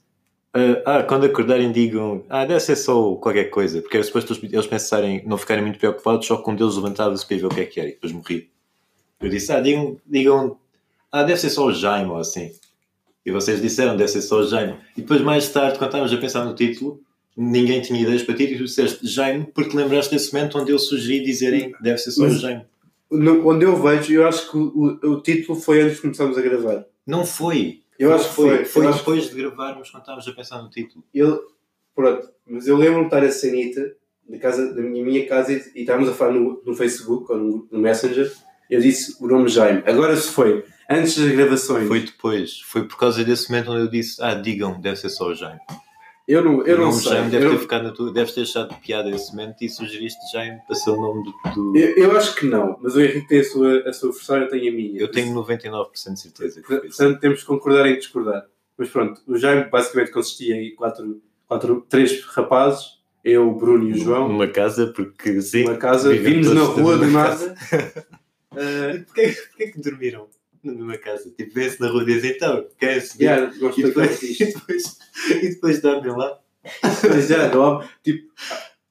[SPEAKER 1] ah, ah, quando acordarem digam, ah, deve ser só qualquer coisa, porque era suposto eles- eles pensarem, não ficarem muito preocupados, só que um deles levantava-se para ver o que é que era e depois morria. Eu disse, ah, digam, digam, ah, deve ser só o Jaime ou assim. E vocês disseram, deve ser só o Jaime. E depois, mais tarde, quando estávamos a pensar no título, ninguém tinha ideias para ti e tu disseste Jaime, porque te lembraste desse momento onde eu sugeri dizerem, deve ser só o
[SPEAKER 2] Mas-
[SPEAKER 1] Jaime.
[SPEAKER 2] no- onde eu vejo, eu acho que o, o- o título foi antes de começarmos a gravar.
[SPEAKER 1] Não foi.
[SPEAKER 2] Eu
[SPEAKER 1] Não
[SPEAKER 2] acho que foi.
[SPEAKER 1] Foi
[SPEAKER 2] Eu acho
[SPEAKER 1] depois
[SPEAKER 2] que-
[SPEAKER 1] de gravarmos quando estávamos a pensar no título.
[SPEAKER 2] Eu, pronto, mas eu lembro-me de estar a Sanita, da, casa, da minha, minha casa, e, e estávamos a falar no, no Facebook ou no, no Messenger. Eu disse o nome Jaime. Agora se foi. Antes das gravações.
[SPEAKER 1] Foi depois. Foi por causa desse momento onde eu disse, ah, digam, deve ser só o Jaime.
[SPEAKER 2] Eu não, eu não,
[SPEAKER 1] o
[SPEAKER 2] sei.
[SPEAKER 1] Jaime deve
[SPEAKER 2] eu,
[SPEAKER 1] ter ficado na tua, deves ter achado piada esse momento e sugeriste Jaime para ser o nome do. do- Eu,
[SPEAKER 2] eu, eu acho que não, mas o Henrique tem a sua, a sua versão, eu tenho a minha.
[SPEAKER 1] tenho 99% de certeza que foi isso.
[SPEAKER 2] Portanto, temos que concordar em discordar. Mas pronto, o Jaime basicamente consistia em quatro, quatro, três rapazes, eu, o Bruno e o João,
[SPEAKER 1] Numa casa, porque sim.
[SPEAKER 2] numa casa,
[SPEAKER 1] vivem
[SPEAKER 2] vimos na
[SPEAKER 1] Uhum. todos
[SPEAKER 2] rua do
[SPEAKER 1] dentro de uma
[SPEAKER 2] nada. Eh,
[SPEAKER 1] Porquê, porquê que dormiram na mesma casa? Tipo, vê-se na rua e dizem, então, querem se ver?
[SPEAKER 2] yeah, gosto
[SPEAKER 1] E
[SPEAKER 2] daquela
[SPEAKER 1] depois,
[SPEAKER 2] ficha.
[SPEAKER 1] e, depois, e depois dormem lá.
[SPEAKER 2] Mas já, não há- tipo,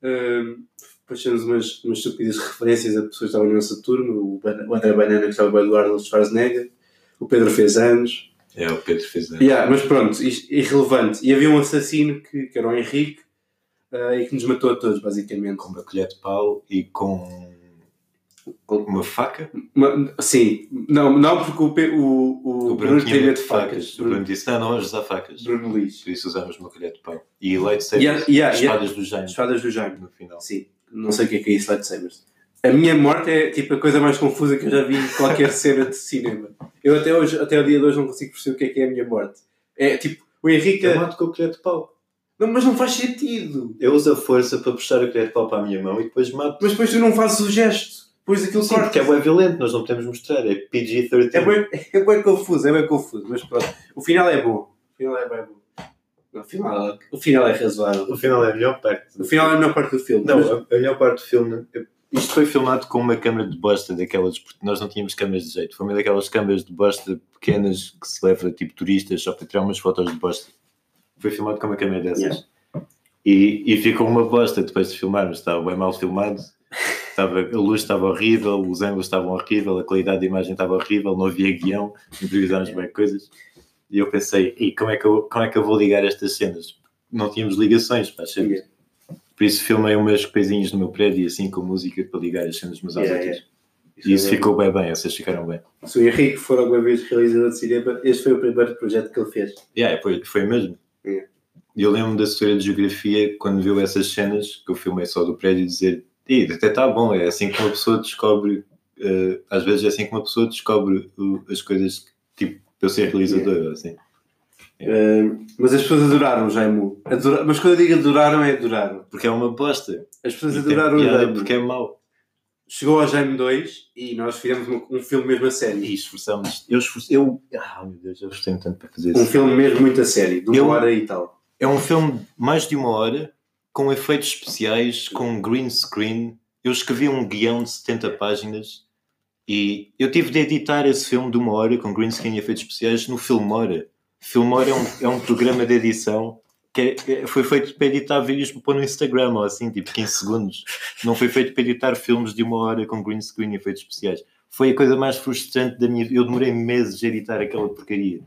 [SPEAKER 2] hum, depois temos umas, umas estúpidas referências a pessoas que estavam na nossa turma, o, Ban- o André Banana que estava bem do Arnold Schwarzenegger, o Pedro fez anos.
[SPEAKER 1] É, o Pedro fez anos.
[SPEAKER 2] Yeah, mas pronto, isto, irrelevante. E havia um assassino que, que era o Henrique ah, e que nos matou a todos, basicamente.
[SPEAKER 1] Com uma colher de pau e com uma faca.
[SPEAKER 2] Uma- sim, não, não porque o, Pe- o, o,
[SPEAKER 1] O
[SPEAKER 2] Bruno tinha medo
[SPEAKER 1] medo
[SPEAKER 2] um de facas.
[SPEAKER 1] O Bruno
[SPEAKER 2] Bruno,
[SPEAKER 1] disse, não, não vamos usar facas.
[SPEAKER 2] Bruno Luís.
[SPEAKER 1] Por isso usámos uma colher de pau. E lightsabers,
[SPEAKER 2] Yeah, yeah, yeah.
[SPEAKER 1] espadas do Jaime,
[SPEAKER 2] Espadas do Jaime.
[SPEAKER 1] no final.
[SPEAKER 2] Sim, não sei o que é que é isso, lightsabers. A minha morte é tipo a coisa mais confusa que eu já vi em qualquer cena de cinema. Eu até hoje, até o dia de hoje, não consigo perceber o que é que é a minha morte. É tipo, o Henrique.
[SPEAKER 1] Eu mato com a colher de pau.
[SPEAKER 2] Não, mas não faz sentido.
[SPEAKER 1] Eu uso a força para puxar a colher de pau para a minha mão e depois mato.
[SPEAKER 2] Mas depois tu não fazes o gesto. Depois aquilo
[SPEAKER 1] Sim,
[SPEAKER 2] corta.
[SPEAKER 1] porque é bem violento, nós não podemos mostrar. É PG-13.
[SPEAKER 2] É bem, é bem confuso, é bem confuso. Mas pronto, o final é bom. O final é bem bom. Não, o, final, o final é razoável.
[SPEAKER 1] O final é a melhor parte.
[SPEAKER 2] O final é a melhor parte do filme.
[SPEAKER 1] Não,
[SPEAKER 2] mas-
[SPEAKER 1] a, a melhor parte do filme... né? Isto foi filmado com uma câmera de bosta daquelas... Porque nós não tínhamos câmeras de jeito. Foi uma daquelas câmeras de bosta pequenas que se leva, tipo, turistas só para tirar umas fotos de bosta. Foi filmado com uma câmera dessas.
[SPEAKER 2] Yeah.
[SPEAKER 1] E, e ficou uma bosta depois de filmarmos. Estava bem mal filmado. Estava, a luz estava horrível, os ângulos estavam horrível, a qualidade de imagem estava horrível, não havia guião, improvisámos bem coisas. E eu pensei, e como é que eu, como é que eu vou ligar estas cenas? Não tínhamos ligações para as cenas.
[SPEAKER 2] Yeah.
[SPEAKER 1] Por isso filmei umas coisinhas no meu prédio e assim com música para ligar as cenas umas às
[SPEAKER 2] Yeah,
[SPEAKER 1] outras.
[SPEAKER 2] Isso
[SPEAKER 1] E isso
[SPEAKER 2] é
[SPEAKER 1] ficou bem bem, vocês ficaram bem.
[SPEAKER 2] Se o Henrique for alguma vez realizador de cinema, este foi o primeiro projeto que ele fez.
[SPEAKER 1] Yeah, foi, foi mesmo.
[SPEAKER 2] Yeah.
[SPEAKER 1] E Eu lembro da assessora de geografia, quando viu essas cenas, que eu filmei só do prédio, dizer: Ih, até está bom, é assim que uma pessoa descobre, eh, às vezes é assim que uma pessoa descobre o- as coisas, tipo, para eu ser realizador, assim.
[SPEAKER 2] Uh, mas as pessoas adoraram o Jaimu. Adora- Mas quando eu digo adoraram, é adoraram.
[SPEAKER 1] Porque é uma bosta.
[SPEAKER 2] As
[SPEAKER 1] E
[SPEAKER 2] pessoas
[SPEAKER 1] tem
[SPEAKER 2] adoraram o
[SPEAKER 1] piada
[SPEAKER 2] Jaimu.
[SPEAKER 1] porque é mau.
[SPEAKER 2] Chegou ao Jaimu 2 e nós fizemos um, um filme mesmo a sério.
[SPEAKER 1] E esforçamos. Eu esforcei. Eu, ah, meu Deus, eu esforcei tanto para fazer
[SPEAKER 2] Um
[SPEAKER 1] isso.
[SPEAKER 2] filme mesmo muito a sério, de uma
[SPEAKER 1] Eu-
[SPEAKER 2] hora e tal.
[SPEAKER 1] É um filme de mais de uma hora, com efeitos especiais, com green screen. Eu escrevi um guião de 70 páginas e eu tive de editar esse filme de uma hora com green screen e efeitos especiais no Filmora. Filmora é um, é um programa de edição que é- é- foi feito para editar vídeos para pôr no Instagram ou assim, tipo 15 segundos. Não foi feito para editar filmes de uma hora com green screen e efeitos especiais. Foi a coisa mais frustrante da minha vida. Eu demorei meses a editar aquela porcaria.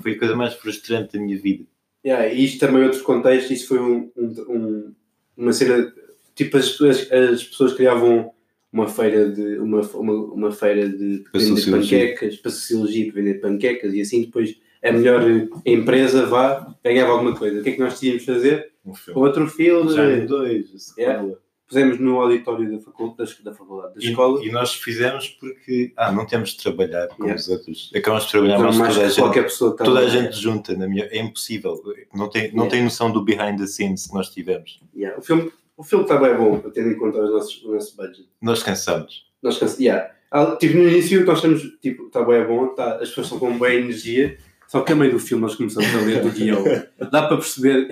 [SPEAKER 1] Foi a coisa mais frustrante da minha vida.
[SPEAKER 2] Yeah, e isto também, é outro contexto, isso foi um- um- um- uma cena. Tipo, as, as, as pessoas criavam uma feira de. Uma, uma, uma feira de.
[SPEAKER 1] Para
[SPEAKER 2] vender
[SPEAKER 1] sociologia.
[SPEAKER 2] panquecas, para sociologia, para vender panquecas e assim. Depois a melhor empresa vá, ganhava alguma coisa. O que é que nós tínhamos de fazer?
[SPEAKER 1] Um filme.
[SPEAKER 2] Outro filme,
[SPEAKER 1] Já É. em dois, a sequela.
[SPEAKER 2] pusemos no auditório da faculdade, da, faculdade, da escola,
[SPEAKER 1] E, e nós fizemos porque ah, não temos de trabalhar como os outros. Acabamos de trabalhar mais
[SPEAKER 2] mais,
[SPEAKER 1] que toda a
[SPEAKER 2] que
[SPEAKER 1] gente.
[SPEAKER 2] qualquer pessoa tá que
[SPEAKER 1] Toda a
[SPEAKER 2] estava-
[SPEAKER 1] gente junta, na minha, é impossível. Não tem, não
[SPEAKER 2] Yeah.
[SPEAKER 1] tem noção do behind the scenes que nós tivemos.
[SPEAKER 2] Yeah, O filme o filme está bem bom, para tendo em conta os nossos, o nosso budget.
[SPEAKER 1] Nós cansamos.
[SPEAKER 2] Nós cansa- yeah. Ah, Tipo, no início nós estamos, tipo, está bem bom, tá, as pessoas estão com boa energia, só que a meio do filme nós começamos a ler do guião. Dá para perceber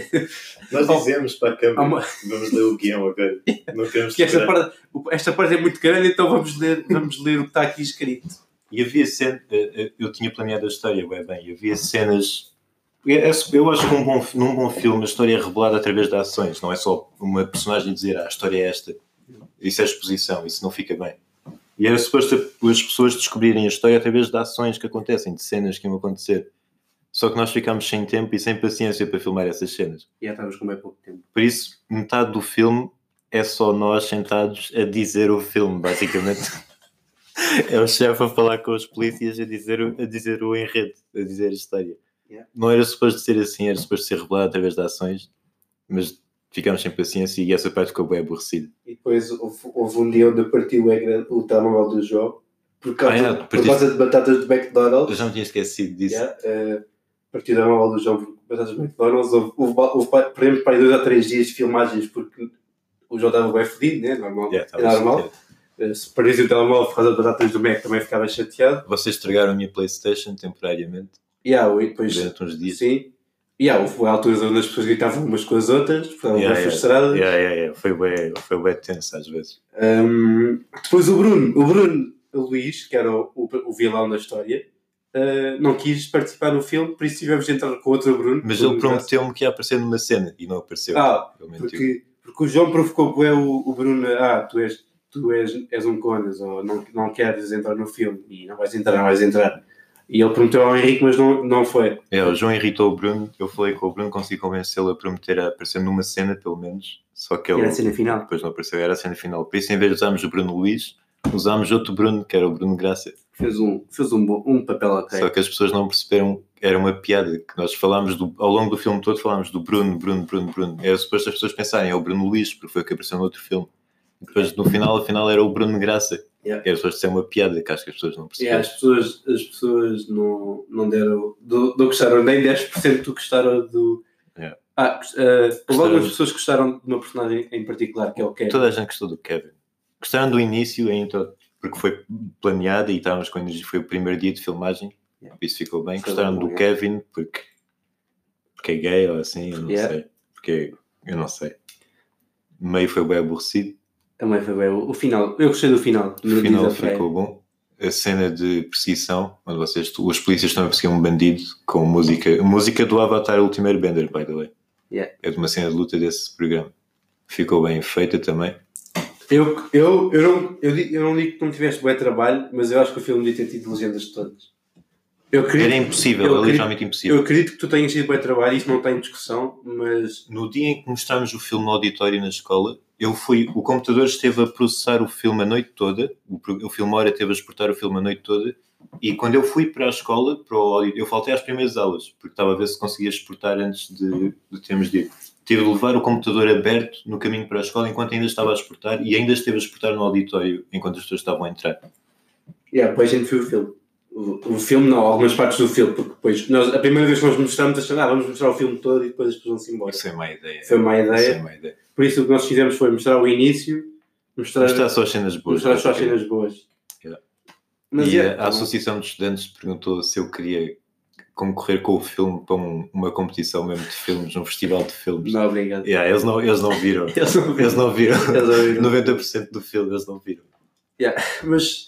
[SPEAKER 3] Nós
[SPEAKER 2] Oh.
[SPEAKER 3] dizemos para a
[SPEAKER 2] há
[SPEAKER 3] câmara,
[SPEAKER 2] uma-
[SPEAKER 3] vamos ler o guião agora. Não queremos
[SPEAKER 2] que esta
[SPEAKER 3] esperar.
[SPEAKER 2] parte, o- esta parte é muito grande, então vamos ler, vamos ler o que está aqui escrito.
[SPEAKER 1] E havia cenas. Eu tinha planeado a história, ué, bem. E havia cenas. é- é- Eu acho que um bom, num bom filme a história é revelada através de ações. Não é só uma personagem dizer ah, a história é esta. Isso é exposição, isso não fica bem. E era suposto as pessoas descobrirem a história através de ações que acontecem, de cenas que iam acontecer. Só que nós ficámos sem tempo e sem paciência para filmar essas cenas.
[SPEAKER 2] E já estávamos com bem pouco tempo.
[SPEAKER 1] Por isso, metade do filme é só nós sentados a dizer o filme, basicamente. é o chefe a falar com os polícias a dizer, o- a dizer o enredo, a dizer a história.
[SPEAKER 2] Yeah.
[SPEAKER 1] Não era suposto ser assim, era suposto ser revelado através de ações, mas ficámos sem paciência e essa parte ficou bem aborrecida.
[SPEAKER 2] E depois houve, houve um dia onde eu parti o, ecrã- o telemóvel do jogo por
[SPEAKER 1] Ah,
[SPEAKER 2] causa,
[SPEAKER 1] é,
[SPEAKER 2] por
[SPEAKER 1] partiste-
[SPEAKER 2] causa de batatas de
[SPEAKER 1] Eu
[SPEAKER 2] McDonald's.
[SPEAKER 1] já me tinha esquecido disso.
[SPEAKER 2] Yeah, eh, parti o telemóvel do jogo por batatas de McDonald's. Houve, houve, ba- houve, pa- perdemos para aí dois ou três dias de filmagens porque o jogo estava bem fodido, né? Normal.
[SPEAKER 1] Yeah,
[SPEAKER 2] é
[SPEAKER 1] estava assim,
[SPEAKER 2] normal.
[SPEAKER 1] chateado.
[SPEAKER 2] Eh, Se perdesse o telemóvel por causa de batatas do Mac também ficava chateado.
[SPEAKER 1] é. Vocês estragaram a minha Playstation temporariamente,
[SPEAKER 2] Yeah, e depois,
[SPEAKER 1] durante uns dias.
[SPEAKER 2] sim. Yeah, houve alturas onde as pessoas gritavam umas com as outras, ficavam
[SPEAKER 1] Yeah,
[SPEAKER 2] bem
[SPEAKER 1] yeah.
[SPEAKER 2] frustradas.
[SPEAKER 1] Yeah, yeah, yeah. Foi bem, foi bem tenso às vezes.
[SPEAKER 2] Um, depois o Bruno, o Bruno Luís, que era o, o- o vilão da história, uh, não quis participar no filme, por isso tivemos de entrar com outro Bruno.
[SPEAKER 1] Mas
[SPEAKER 2] Bruno
[SPEAKER 1] ele prometeu-me que ia aparecer numa cena e não
[SPEAKER 2] Graça.
[SPEAKER 1] apareceu.
[SPEAKER 2] Ah,
[SPEAKER 1] Ele mentiu.
[SPEAKER 2] porque, porque o João provocou bué o, o Bruno, ah, tu és, tu és, és um conas, ou não, não queres entrar no filme, e não vais entrar, não vais entrar. E ele prometeu ao Henrique, mas não, não foi.
[SPEAKER 1] É, o João irritou o Bruno, eu falei com o Bruno, consegui convencê-lo a prometer a aparecer numa cena, pelo menos, só que ele
[SPEAKER 2] Era a cena final.
[SPEAKER 1] depois não apareceu, era a cena final. Por isso, em vez de usarmos o Bruno Luís, usámos outro Bruno, que era o Bruno Graça.
[SPEAKER 2] Fez um, fez um, bom- um papel ok.
[SPEAKER 1] Só que as pessoas não perceberam, era uma piada, que nós falámos, do- ao longo do filme todo, falámos do Bruno, Bruno, Bruno, Bruno. Era suposto as pessoas pensarem, é o Bruno Luís, porque foi o que apareceu no outro filme. E depois, no final, afinal, era o Bruno Graça.
[SPEAKER 2] Yeah.
[SPEAKER 1] Era suposto ser uma piada, que acho que as pessoas não
[SPEAKER 2] É,
[SPEAKER 1] perceberam.
[SPEAKER 2] as pessoas, as pessoas não, não deram, do- não gostaram nem 10% do que gostaram do.
[SPEAKER 1] É.
[SPEAKER 2] Ah, gost- ah, houve
[SPEAKER 1] Gostaram.
[SPEAKER 2] algumas pessoas que gostaram de uma personagem em particular, que é o Kevin.
[SPEAKER 1] Toda a gente gostou do Kevin. Gostaram do início, a intro, porque foi planeada e estávamos com energia. Foi o primeiro dia de filmagem,
[SPEAKER 2] Yeah.
[SPEAKER 1] por isso ficou bem.
[SPEAKER 2] Foi
[SPEAKER 1] Gostaram
[SPEAKER 2] bom,
[SPEAKER 1] do
[SPEAKER 2] é.
[SPEAKER 1] Kevin porque, porque é gay ou assim, eu não
[SPEAKER 2] Yeah.
[SPEAKER 1] sei. Porque eu não sei. Meio foi bem aborrecido,
[SPEAKER 2] Também foi bem. O o final, eu gostei do final.
[SPEAKER 1] no
[SPEAKER 2] No
[SPEAKER 1] final
[SPEAKER 2] Disney.
[SPEAKER 1] ficou bom. A cena de perseguição, onde vocês, os polícias estão a perseguir um bandido com música, música do Avatar Ultimate Bender, by the way.
[SPEAKER 2] Yeah.
[SPEAKER 1] É de uma cena de luta desse programa. Ficou bem feita também.
[SPEAKER 2] Eu, eu, eu, não, eu, di- eu não digo que não tiveste bom trabalho, mas eu acho que o filme devia ter tido legendas de todas. Eu
[SPEAKER 1] Era
[SPEAKER 2] acredito, eu
[SPEAKER 1] impossível, era
[SPEAKER 2] queria-
[SPEAKER 1] literalmente impossível.
[SPEAKER 2] eu acredito que tu tenhas tido bom trabalho, isso não tem discussão, mas.
[SPEAKER 1] no dia em que mostramos o filme no auditório na escola, eu fui, o computador esteve a processar o filme a noite toda, o, pro- o Filmora esteve a exportar o filme a noite toda, e quando eu fui para a escola, para o audi- eu faltei às primeiras aulas, porque estava a ver se conseguia exportar antes de, de termos de ir. Tive de levar o computador aberto no caminho para a escola enquanto ainda estava a exportar, e ainda esteve a exportar no auditório enquanto as pessoas estavam a entrar.
[SPEAKER 2] Yeah, depois a gente viu o filme. O, o filme não, algumas partes do filme, porque depois nós, a primeira vez que nós mostramos achando, ah, vamos mostrar o filme todo e depois as pessoas vão-se embora.
[SPEAKER 1] Isso é má ideia.
[SPEAKER 2] Foi uma
[SPEAKER 1] Isso
[SPEAKER 2] ideia.
[SPEAKER 1] é má ideia.
[SPEAKER 2] Por isso o que nós fizemos foi mostrar o início, mostrar,
[SPEAKER 1] Mostrar só as cenas boas.
[SPEAKER 2] mostrar só as
[SPEAKER 1] basicamente.
[SPEAKER 2] cenas boas.
[SPEAKER 1] Yeah.
[SPEAKER 2] Mas é, tá
[SPEAKER 1] e
[SPEAKER 2] yeah,
[SPEAKER 1] a- a Associação de Estudantes perguntou se eu queria concorrer com o filme para um- uma competição mesmo de filmes, um festival de filmes.
[SPEAKER 2] Não, obrigado.
[SPEAKER 1] Yeah, eles, não, eles não viram.
[SPEAKER 2] Eles não viram.
[SPEAKER 1] Eles não viram.
[SPEAKER 2] Eles ouviram.
[SPEAKER 1] 90% do filme eles não viram.
[SPEAKER 2] Mas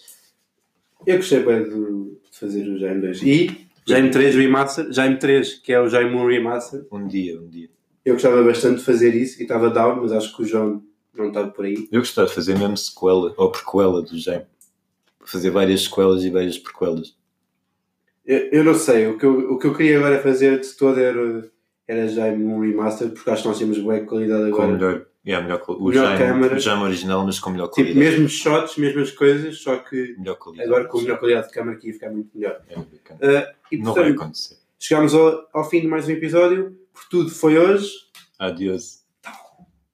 [SPEAKER 2] eu gostei bem do- de fazer o Jaime 2. E Jaime 3 Remaster, Jaime 3, que é o Jaime 1 Remaster,
[SPEAKER 1] Um dia, um dia.
[SPEAKER 2] eu gostava bastante de fazer isso e estava down, mas acho que o João não estava por aí.
[SPEAKER 1] Eu gostava de fazer mesmo sequela ou prequela do Jaime. Fazer várias sequelas e várias prequelas.
[SPEAKER 2] Eu, eu não sei, o que eu, o que eu queria agora fazer de todo era, era já um remaster, porque acho que nós temos boa qualidade
[SPEAKER 1] Com
[SPEAKER 2] agora.
[SPEAKER 1] melhor. É, a melhor, qual- o,
[SPEAKER 2] Melhor
[SPEAKER 1] Jaime,
[SPEAKER 2] câmara.
[SPEAKER 1] o Jaime original, mas com melhor
[SPEAKER 2] Tipo,
[SPEAKER 1] qualidade.
[SPEAKER 2] mesmos shots, mesmas coisas, só que
[SPEAKER 1] Melhor qualidade.
[SPEAKER 2] agora com melhor qualidade de câmera que ia ficar muito melhor.
[SPEAKER 1] É, bacana.
[SPEAKER 2] E,
[SPEAKER 1] não vai
[SPEAKER 2] portanto,
[SPEAKER 1] acontecer.
[SPEAKER 2] Chegámos ao, ao fim de mais um episódio. Por tudo foi hoje.
[SPEAKER 1] Adeus.